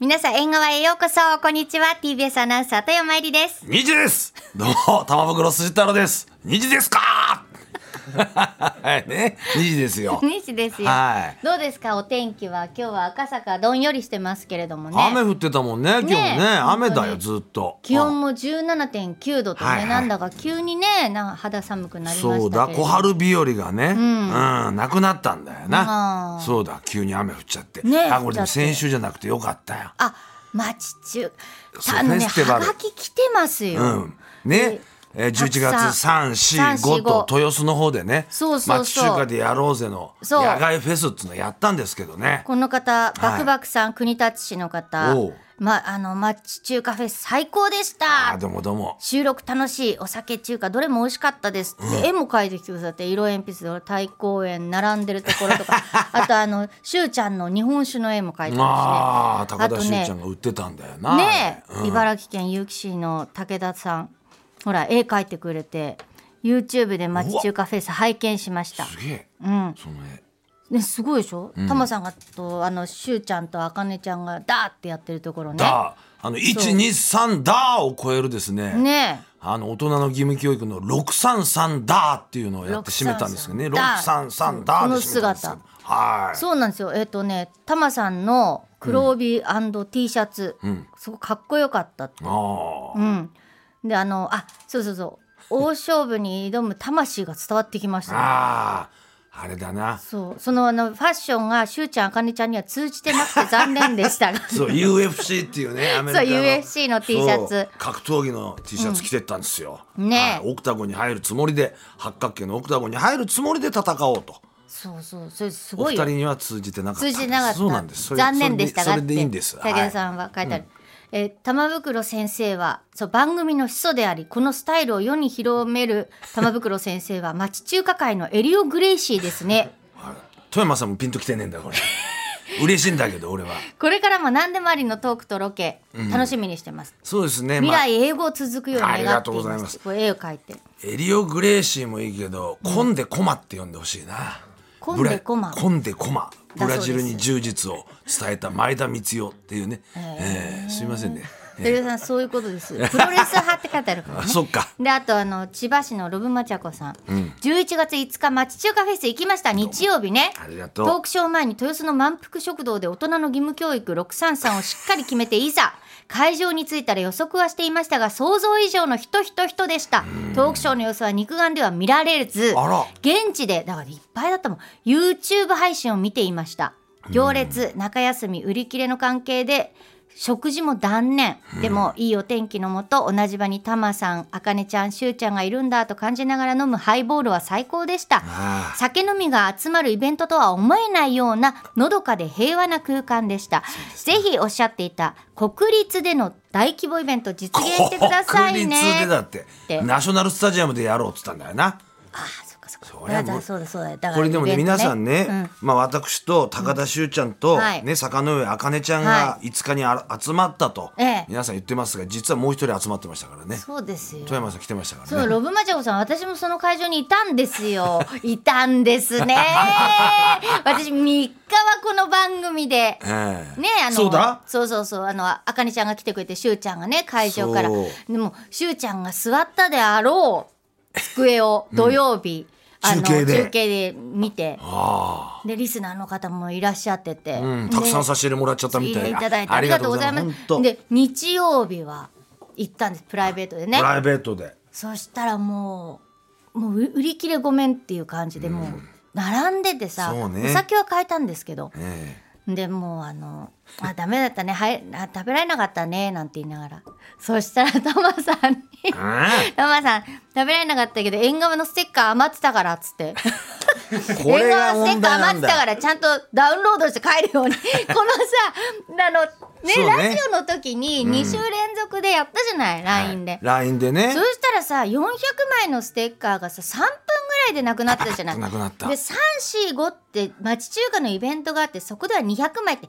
皆さん縁側へようこそこんにちは TBS アナウンサー豊山えりです二時ですどうも玉袋筋太郎です二時ですかね二時ですよ西ですよ、はどうですかお天気は今日は赤坂どんよりしてますけれどもね雨降ってたもんね今日ねね雨だよ本当にずっと気温も17.9度とね、はいはいなんだか急にねな肌寒くなりましたけれどそうだ小春日和がねうん、なくなったんだよあなーそうだ急に雨降っちゃって、ねあこれで降も先っちゃって週じゃなくてよかったよあ町中そうあのねフェスティバはルがき来てますよ、うんねえー、たく11月さん345 3 4と豊洲の方でねそうそうそう町中華でやろうぜのそう野外フェスっつうのやったんですけどねこの方バクバクさん、国立市の方おうまあの町中華フェス最高でしあたどうもどうも収録楽しいお酒中華どれも美味しかったですって、絵も描いてきてくださって色鉛筆で太公園並んでるところ とかあとあのしゅうちゃんの日本酒の絵も描いてまああ高あ田と修ねちゃんが売ってたんだよすな。ねねえ、茨城県結城市の武田さんほら絵描いてくれて YouTube で町中華フェス拝見しましたすげえ。その絵ねすごいでしょ、タマさんがとあのしゅうちゃんとあかねちゃんがダーってやってるところねだあの一二三だを超えるですね。ねえあの大人の義務教育の六三三だっていうのをやって締めたんですけどね。六三三633だだで締めたんですけどこの姿はい。そうなんですよ。えっ、とね、タマさんの黒帯 &T シャツ、すごくかっこよかった。あうん。で、あの、あ、そうそうそう。大勝負に挑む魂が伝わってきましあた。あああれだな。そう、そのあのファッションがしゅうちゃん、あかねちゃんには通じてなくて残念でしたが。 そう UFC っていうねアメリカの そう UFC の T シャツそう格闘技の T シャツ着てったんですよ。うんねえはいオクタゴンに入るつもりで八角形のオクタゴンに入るつもりで戦おうと。そうそう、それすおご二い人よ。には通じてなかったん通ですじてなかった。そうなんですそれ残念でしたがそれでそれでいいんですって武田さんは書いてある。えー玉袋先生はそう番組の始祖でありこのスタイルを世に広める玉袋先生は町中華界のエリオ・グレイシーです ねはいはい富山さんもピンときてねえんだ よこれ嬉しいんだけど俺はこれからも何でもありのトークとロケ楽しみにしてます、そうですね未まあ来英語を続くように願っていありがとうございますこれ絵を描いてエリオ・グレーシーもいいけどコンデ・コマって呼んでほしいなコンデコマブラコンデ・コマブだそうラですジルに柔術を伝えた前田光代っていうね、えーすいませんね武田さんそういうことですプロレス派って書いてあるからあね そっかであとあの千葉市のロブマチャコさん、11月5日町中華フェス行きました日曜日ねありがとうトークショー前に豊洲の満腹食堂で大人の義務教育633をしっかり決めていざ会場に着いたら予測はしていましたが想像以上の人人人でしたトークショーの様子は肉眼では見られずあら現地でだからいっぱいだったもん YouTube 配信を見ていました行列中休み売り切れの関係で食事も断念でもいいお天気のもと同じ場にタマさんあかねちゃんしゅうちゃんがいるんだと感じながら飲むハイボールは最高でしたあ酒飲みが集まるイベントとは思えないようなのどかで平和な空間でしたぜひおっしゃっていた国立での大規模イベント実現してくださいね国立でだっててナショナルスタジアムでやろうっつったんだよなああそっかそっかそりゃもうそうだそうだだからこれでもねイベント皆さんね、うんまあ、私と高田修ちゃんと、うんはいね、坂上茜ちゃんがは5日にあら集まったと、ええ皆さん言ってますが実はもう一人集まってましたからねそうですよ富山さん来てましたかそらうねロブマチャコさん私もその会場にいたんです よいたんですね私3日はこの番組でええねあのそうだそうそうそうあのあかねちゃんが来てくれてしゅうちゃんがね会場からそうでもしゅうちゃんが座ったであろう机を土曜日、あの中継で中継で見てあでリスナーの方もいらっしゃってて、あ、うん、たくさんで差し入れもらっちゃったみ入れてたいいなただいてありがとうございます本当で日曜日は行ったんですプライベートでねプライベートでそしたらもうもう売り切れごめんっていう感じでもう並んでてさ、そうねお酒は買えたんですけどえでもうあの「あダメだったねはいあ食べられなかったね」なんて言いながらそしたら タマさんにえうタマさん食べられなかったけど縁側のステッカー余ってたからっつってん これが縁側のステッカー問題な余んってたかだらちゃんとダウンロードして帰るよう にこのさあのねそうねラジオの時に2週連続でやったじゃない、LINE で。 LINE でねそしたらさ400枚のステッカーがさ3分ぐらいでなくなったじゃない。なくなったで345って町中華のイベントがあってそこでは200枚って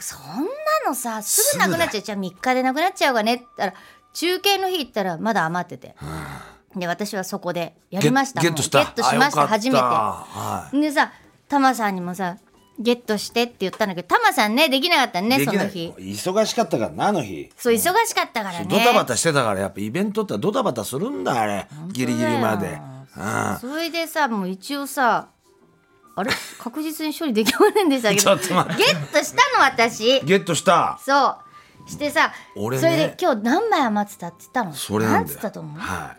そんなのさすぐなくなっちゃうじゃあ3日でなくなっちゃうわねって言ったら中継の日行ったらまだ余ってて、で私はそこでやりましたゲゲットしたもうゲットしましあたよかった初めて。はでさタマさんにもさゲットしてって言ったんだけどタマさんねできなかったねでそきなのい日忙しかったからなあの日そう忙しかったからねドタバタしてたからやっぱイベントってドタバタするんだあれギリギリまでうんそれでさもう一応さあれ確実に処理できませんでしたけど ちょっと待ってゲットしたの私ゲットしたそうしてさ、俺ねそれで今日何枚余ってたって言ったのそれなん何だつよったと思うは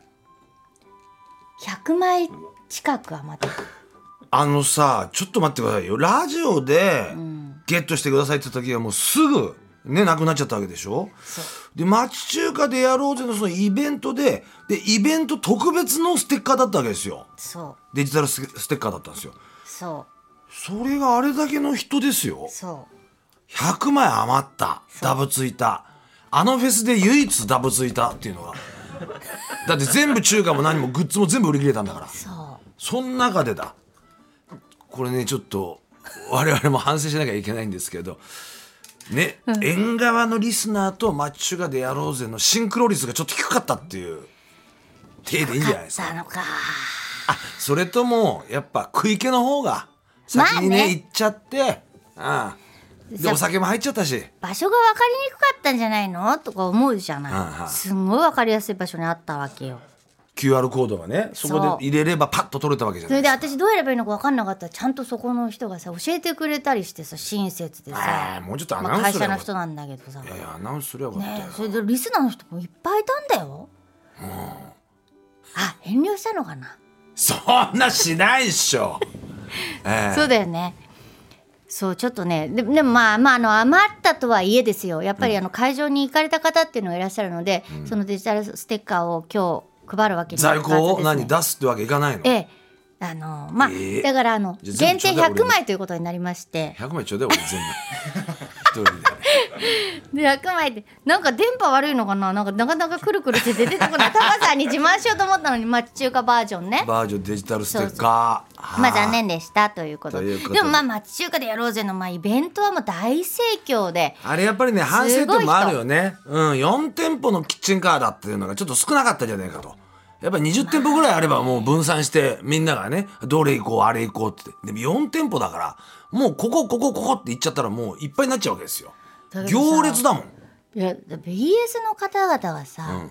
い100枚近く余ってたあのさちょっと待ってくださいよラジオでゲットしてくださいって言った時はもうすぐねなくなっちゃったわけでしょで町中華でやろうぜのそのイベントででイベント特別のステッカーだったわけですよそうデジタルステステッカーだったんですよそそれがあれだけの人ですようそう100枚余ったダブついたあのフェスで唯一ダブついたっていうのがだって全部中華も何もグッズも全部売り切れたんだからそうその中でだこれねちょっと我々も反省しなきゃいけないんですけどね、縁側のリスナーとマッチュガでやろうぜのシンクロ率がちょっと低かったっていう手でいいんじゃないですか買ったのかそれともやっぱ食い気の方が先にね,、まあね行っちゃって、うん、でさお酒も入っちゃったし場所が分かりにくかったんじゃないのとか思うじゃない、はいはいすんごい分かりやすい場所にあったわけよ QR コードがねそこで入れればパッと取れたわけじゃそないれでです私かどうやればいいのか分かんなかったらちゃんとそこの人がさ教えてくれたりしてさ親切であさあ、もうちょっとアまナあ、ウンス会す社ればのよか人っなんだけどさたいやいやアナウンスすればよかったよ、ねえそれでリスナーの人もいっぱいいたんだよ、あ遠慮したのかな、そんなしないっしょええそうだよねそうちょっとねででもまあまああの余ったとはいえですよやっぱりあの会場に行かれた方っていうのがいらっしゃるので、そのデジタルステッカーを今日配るわけに在庫をいかずで何すね出すってわけいかないのええあのまあ、ええだからあのじゃあ全限部ちょ定うだい100俺に枚ということになりまして100枚ちょうだい俺全部一人でで100枚ってなんか電波悪いのかななんかなかなかくるくるって出てこないタカさんに自慢しようと思ったのに町中華バージョンねバージョンデジタルステッカ ーまあ残あ念でしたということとでいうことででもまあ町中華でやろうぜの、まあ、イベントはもう大盛況でーあれやっぱりね反省点もあるよねうん4店舗のキッチンカーだっていうのがちょっと少なかったじゃないかとやっぱり20店舗ぐらいあればもう分散してみんながねどれ行こうあれ行こうってでも4店舗だからもうここここここって行っちゃったらもういっぱいになっちゃうわけですよだけどさ行列だもんいや BS の方々はさ、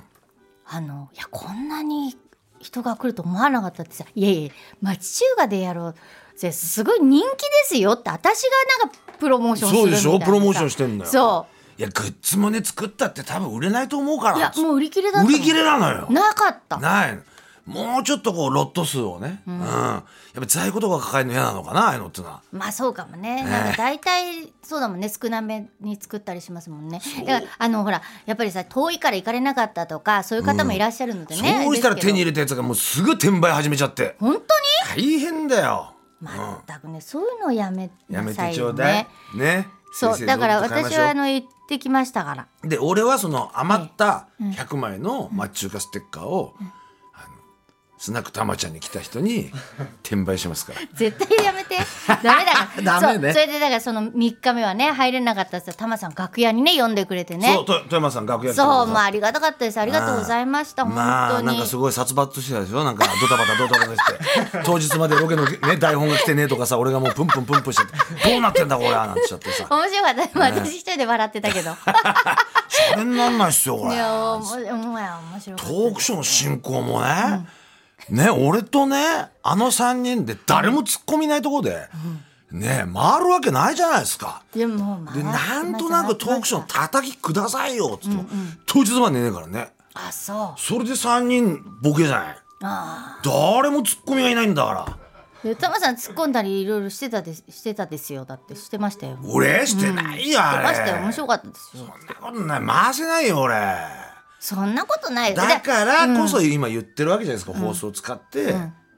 あのいやこんなに人が来ると思わなかったってさ「いやいや町中華でやろうぜすごい人気ですよ」って私がなんかプロモーションするそうみたいでなしさょプロモーションしてんだよそういやグッズもね作ったって多分売れないと思うからいやもう売り切れだった売り切れなのよなかったないのもうちょっとこうロット数をね、うんやっぱ在庫とか抱えるの嫌なのかなああいうのってのはまあそうかもねなんか大体そうだもんね少なめに作ったりしますもんねだからあのほらやっぱりさ遠いから行かれなかったとかそういう方もいらっしゃるのでね、そうしたらですけど手に入れたやつがもうすぐ転売始めちゃって本当に大変だよ全くねそういうのやめやなめさていちょようだいねねそうだから私はあのの行ってきましたからで俺はその余った100枚のマッチ中華ステッカーを、あのスナックたまちゃんに来た人に転売しますから絶対やめてダメだから ダメねそうそれでだからその3日目はね入れなかったですタマさん楽屋にね呼んでくれてねそうと富山さん楽屋来てくださそっうてもうありがたかったですありがとうございました本当に、まあなんかすごい殺伐としてたでしょなんかドタバタドタバタ して当日までロケの、ね、台本が来てねえとかさ俺がもうプンプンプンプンしててどうなってんだこれはなんてしちゃってさ面白かった、私一人で笑ってたけどそれになんないっすよこいれやおももや面白かトっークショーの進行もね、ね俺とねあの3人で誰も突っ込みないとこで、ね回るわけないじゃないですかたでもまあでなんとなくトークショーの叩きくださいよっつっても、当日までねえからねあそそれで3人ボケじゃないうあ誰も突っ込みがいないんだから。あでタマさん突っ込んだりいろいろしてたですしてたですよだってしてましたよ俺してないよ、あしてましれたよ面白かったですよそんなことない回せないよ俺そんなことないよだでからこそ今言ってるわけじゃないですか、放送を使って、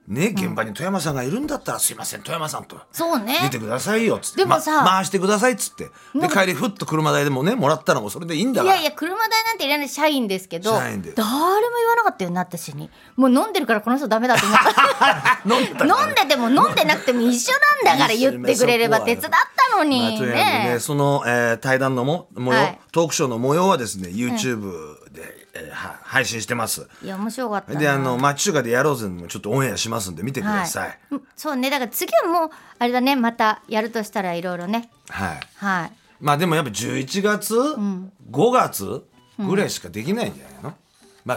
ね現場に富山さんがいるんだったら「すいません富山さん」と。そうね出てくださいよっつってでもさま回してくださいっつってで帰りふっと車代でもねもらったらもうそれでいいんだいからやいや車代なんていらない社員ですけど社員で誰も言わなかったよな私にもう飲んでるからこの人ダメだと思った 飲んでたから飲んでても飲んでなくても一緒なんだから言ってくれれば手伝ったのまあにとりあえずねねその、えー対談のも模様、はいトークショーの模様はですね YouTube で、えーは配信してます。いや面白かったなで、あの、町中華でやろうぜもちょっとオンエアしますんで見てください。うんそうねだから次はもうあれだねまたやるとしたらいろいろねはい。はいまあでもやっぱ11月、5月ぐらいしかできないんじゃないの、まあ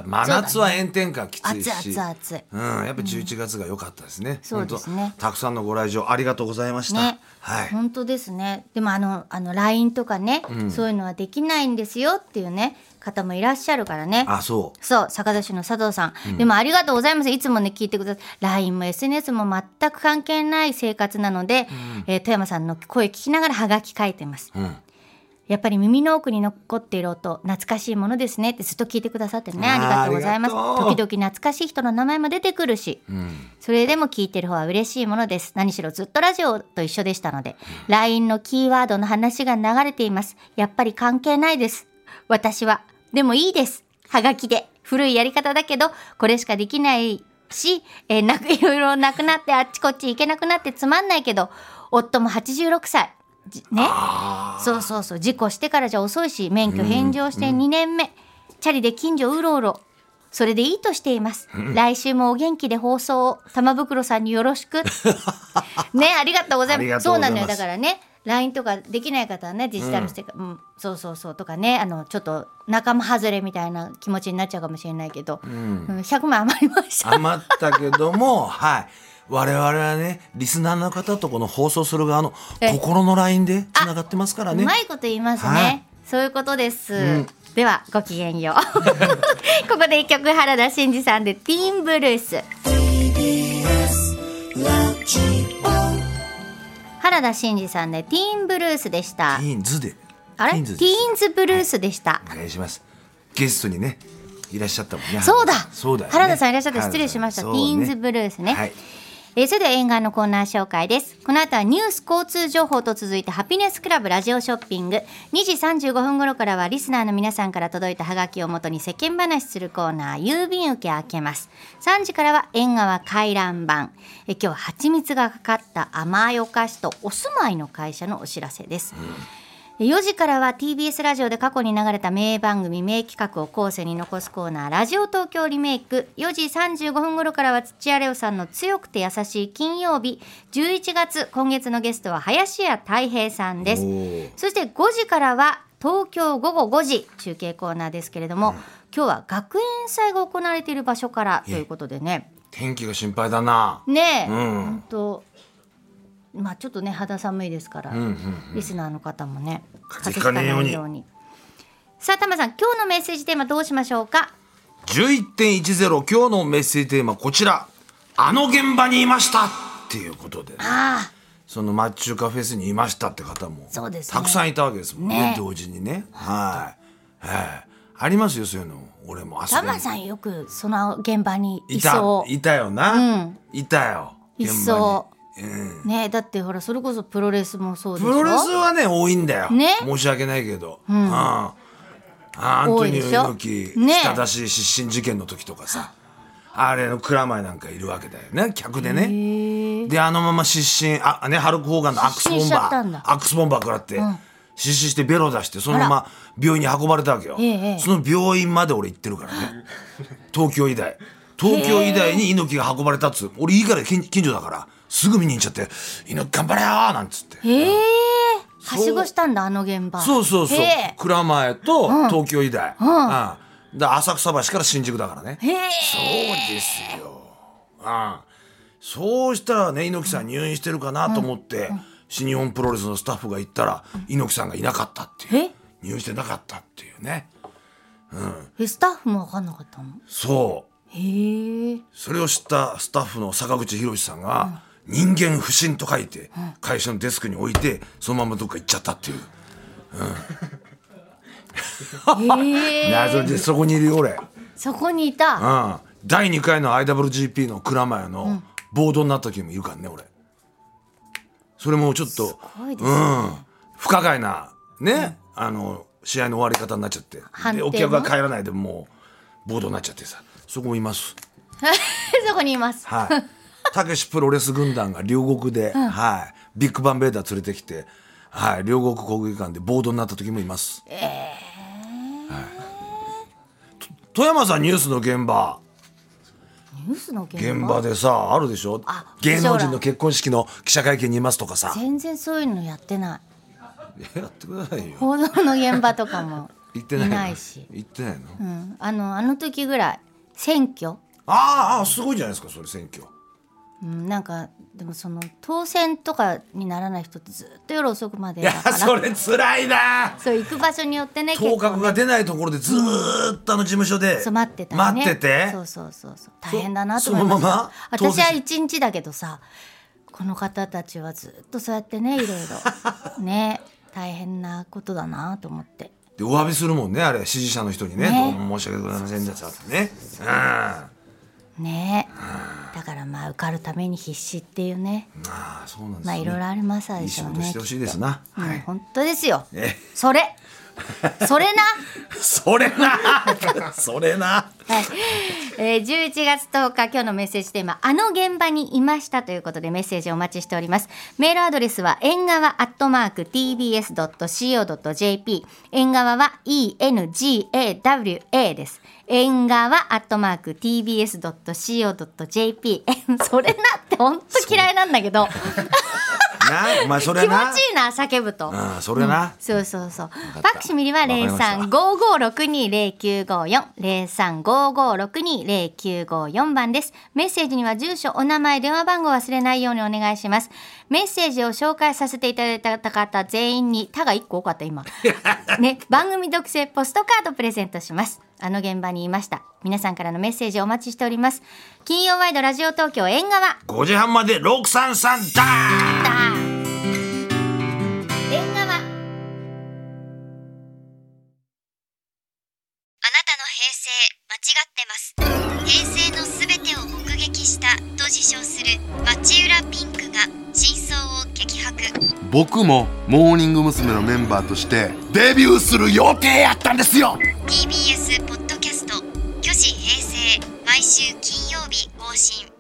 真夏は炎天下きついし。暑い暑い暑いうん、やっぱ11月が良かったですね。そうですね本当たくさんのご来場ありがとうございました。ね、はい。本当ですねでもあのあの LINE とかね、そういうのはできないんですよっていうね方もいらっしゃるからねあ、そう。そう坂戸市の佐藤さん、でもありがとうございますいつもね聞いてください LINE も SNS も全く関係ない生活なので、えー富山さんの声聞きながらハガキ書いてます、んやっぱり耳の奥に残っている音懐かしいものですねってずっと聞いてくださってねありがとうございますあーありがとう時々懐かしい人の名前も出てくるし、それでも聞いてる方は嬉しいものです何しろずっとラジオと一緒でしたので、LINE のキーワードの話が流れていますやっぱり関係ないです私はでもいいですはがきで古いやり方だけどこれしかできないし、えーなく いろいろなくなってあっちこっち行けなくなってつまんないけど夫も86歳じねそうそうそう事故してからじゃ遅いし免許返上して2年目、チャリで近所うろうろそれでいいとしています、来週もお元気で放送を玉袋さんによろし くねありがとうございあまりすがとうそごうざないのますよだからね LINE とかできない方はねデジタルしてか、うんそうそうそうとかねあのちょっと仲間外れみたいな気持ちになっちゃうかもしれないけど、うん100万余りました余ったけども、 はい。我々はね、リスナーの方とこの放送する側のえ心のラインで繋がってますからねう。まいこと言いますね。はいそういうことです。ではごきげんよう。 ここで一曲原田真二さんでティーンブルース。原田真二さんでティーンブルースでしたテ。ィーンズで。あれテティィーンズでーンズブルースでした。お願いします。ゲストにね、いらっしゃったもんね。そうだそうだよね原田さんいらっしゃった失礼しました原田さんティーンそズうねブルースねはい。えーそれでは沿岸のコーナー紹介ですこの後はニュース交通情報と続いてハピネスクラブラジオショッピング2時35分頃からはリスナーの皆さんから届いたハガキをもとに世間話するコーナー郵便受け開けます3時からは縁側回覧板えー今日は蜂蜜がかかった甘いお菓子とお住まいの会社のお知らせです、4時からは TBS ラジオで過去に流れた名番組名企画を後世に残すコーナー「ラジオ東京リメイク」4時35分頃からは土屋レオさんの「強くて優しい金曜日」11月今月のゲストは林家たい平さんですおーそして5時からは東京午後5時中継コーナーですけれども、今日は学園祭が行われている場所からということでね天気が心配だな。ねえ、うん本当まあちょっとね肌寒いですから、リスナーの方もね風邪ひかねえように風邪ひかなさあタマさん今日のメッセージテーマどうしましょうか11.10今日のメッセージテーマこちら。あの現場にいましたっていうことでね、あそのマッチュカフェスにいましたって方もそうですねたくさんいたわけですもんねね同時にねはい、はい、ありますよそういうの俺もあタマさんよくその現場にいいたそういたよな、うんいたよいそうねえだってほらそれこそプロレスもそうでし現場ょにプロレスはね多いんだよ、ね申し訳ないけど、うんああアントニオ猪多木、いでしょね北田氏失神事件の時とかさあれの蔵前なんかいるわけだよね客でねへえであのまま失神あねハルク・ホーガンのアクスボン失神しちゃっバたんだーアクスボンバー食らって、失神してベロ出してそのまま病院に運ばれたわけよ、ええその病院まで俺行ってるか らね東京医大東京医大に猪木が運ばれたっつう俺いいから近近所だからすぐ見に行っちゃって「猪木頑張れよ!」なんつってへえはしごしたんだあの現場そうそうそうへえ蔵前と東京医大、うんだから浅草橋から新宿だからねへえそうですよ。ああそうしたらね猪木さん入院してるかなと思って、新日本プロレスのスタッフが行ったら猪木さんがいなかったっていうえ入院してなかったっていうねえスタッフも分かんなかったのそうへえそれを知ったスタッフの坂口博さんが「人間不信」と書いて会社のデスクに置いてそのままどっか行っちゃったっていうへえ謎でそこにいるよ俺。そこにいたうん、第2回の IWGP の蔵前のボードになった時もいるからね俺それもちょっと、ごいですうねん不可解なね、あの試合の終わり方になっちゃって判で定おも客が帰らないでもうボードになっちゃってさそこもいますそこにいます。はい たけしプロレス軍団が両国で、はい、ビッグバンベーダー連れてきて、はい、両国国技館でボードになった時もいます、え富山さんニュースの現場ニュースの現場現場でさあるでしょあ芸能人将の来結婚式の記者会見にいますとかさ全然そういうのやってないやってくださいよ報道の現場とかも 行ってないのいないし行ってないの、あうん、あのあの時ぐらい選挙、あああすごいじゃないですかそれ選挙うん、なんかでもその当選とかにならない人ってずっと夜遅くまでいだやからそれつらいなそう行く場所によってね当結構確が出ないところでずーっとあの事務所でそう待ってたりね待っててそうそうそうそう大変だなと思いそましそたのまま私は一日だけどさこの方たちはずっとそうやってねいろい ろね大変なことだなと思ってでお詫びするもんねあれ支持者の人にねねどうも申し訳ございませんでしたってねうんあねだからまあ受かるために必死っていうねあそうなんですまあねいろいろありますでいいし仕ょう事ねしてほしいですな、うんはい本当ですよねそれそれなそれなそれなはい、えー、11月10日今日のメッセージテーマあの現場にいましたということでメッセージお待ちしておりますメールアドレスは縁側アットマーク tbs.co.jp 縁側は engawa です縁側アットマーク tbs.co.jp えそれなって本当嫌いなんだけどなお前そ気持れちないいな叫ぶと、うんそれな、そうそうそう。フたァクシミリはかり零ました三五五六二零九五四零三五五六二零九五四番です。メッセージには住所、お名前、電話番号を忘れないようにお願いします。メッセージを紹介させていただいた方全員に他が一個多かった 今。ね、番組特製ポストカードプレゼントします。あの現場にいました。皆さんからのメッセージお待ちしております。金曜ワイドラジオ東京縁側。 5時半まで633だだ縁あ側。なたの平成間違ってます平成のすべてを目撃したと自称する町浦ピンクが真相を激白僕もモーニング娘。のメンバーとしてデビューする予定やったんですよ TBS ポッドキャスト「巨子平成」毎週金曜日更新